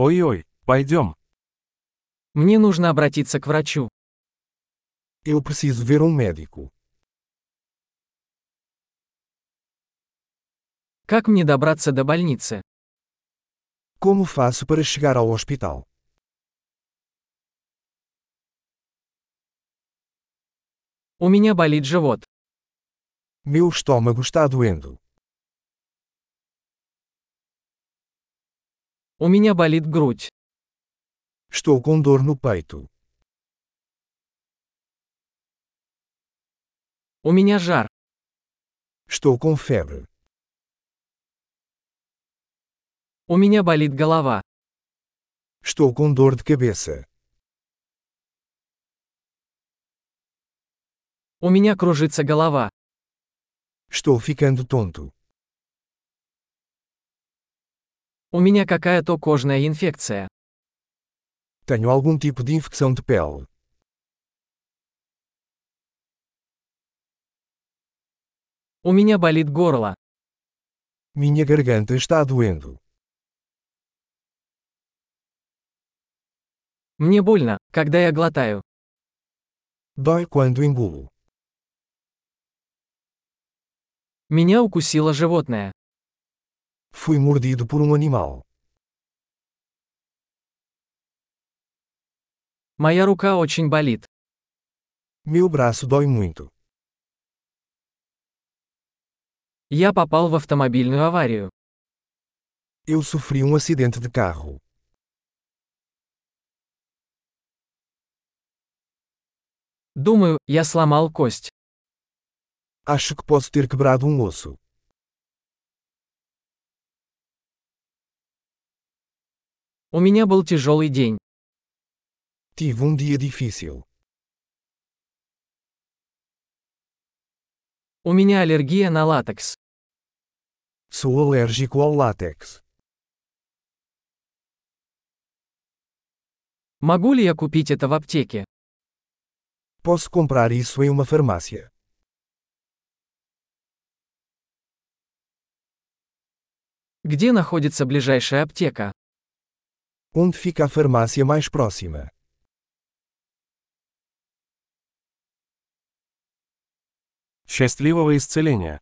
Ой-ой, пойдем. Мне нужно обратиться к врачу. Eu preciso ver um médico. Как мне добраться до больницы? Como faço para chegar ao hospital? У меня болит живот. Meu estômago está doendo. У меня болит грудь. Estou com dor no peito. У меня жар. Estou com febre. У меня болит голова. Estou com dor de cabeça. У меня кружится голова. Estou ficando tonto. У меня какая-то кожная инфекция. Tenho algum tipo de infecção de pele. У меня болит горло. Minha garganta está doendo. Мне больно, когда я глотаю. Dói quando engulo. Меня укусило животное. Fui mordido por um animal. Моя рука очень болит. Meu braço dói muito. Я попал в автомобильную аварию. Eu sofri um acidente de carro. Думаю, я сломал кость. Acho que posso ter quebrado um osso. У меня был тяжелый день. Tive um dia difícil. У меня аллергия на латекс. Sou alérgico ao látex. Могу ли я купить это в аптеке? Posso comprar isso em uma farmácia. Где находится ближайшая аптека? Onde fica a farmácia mais próxima? Счастливого исцеления!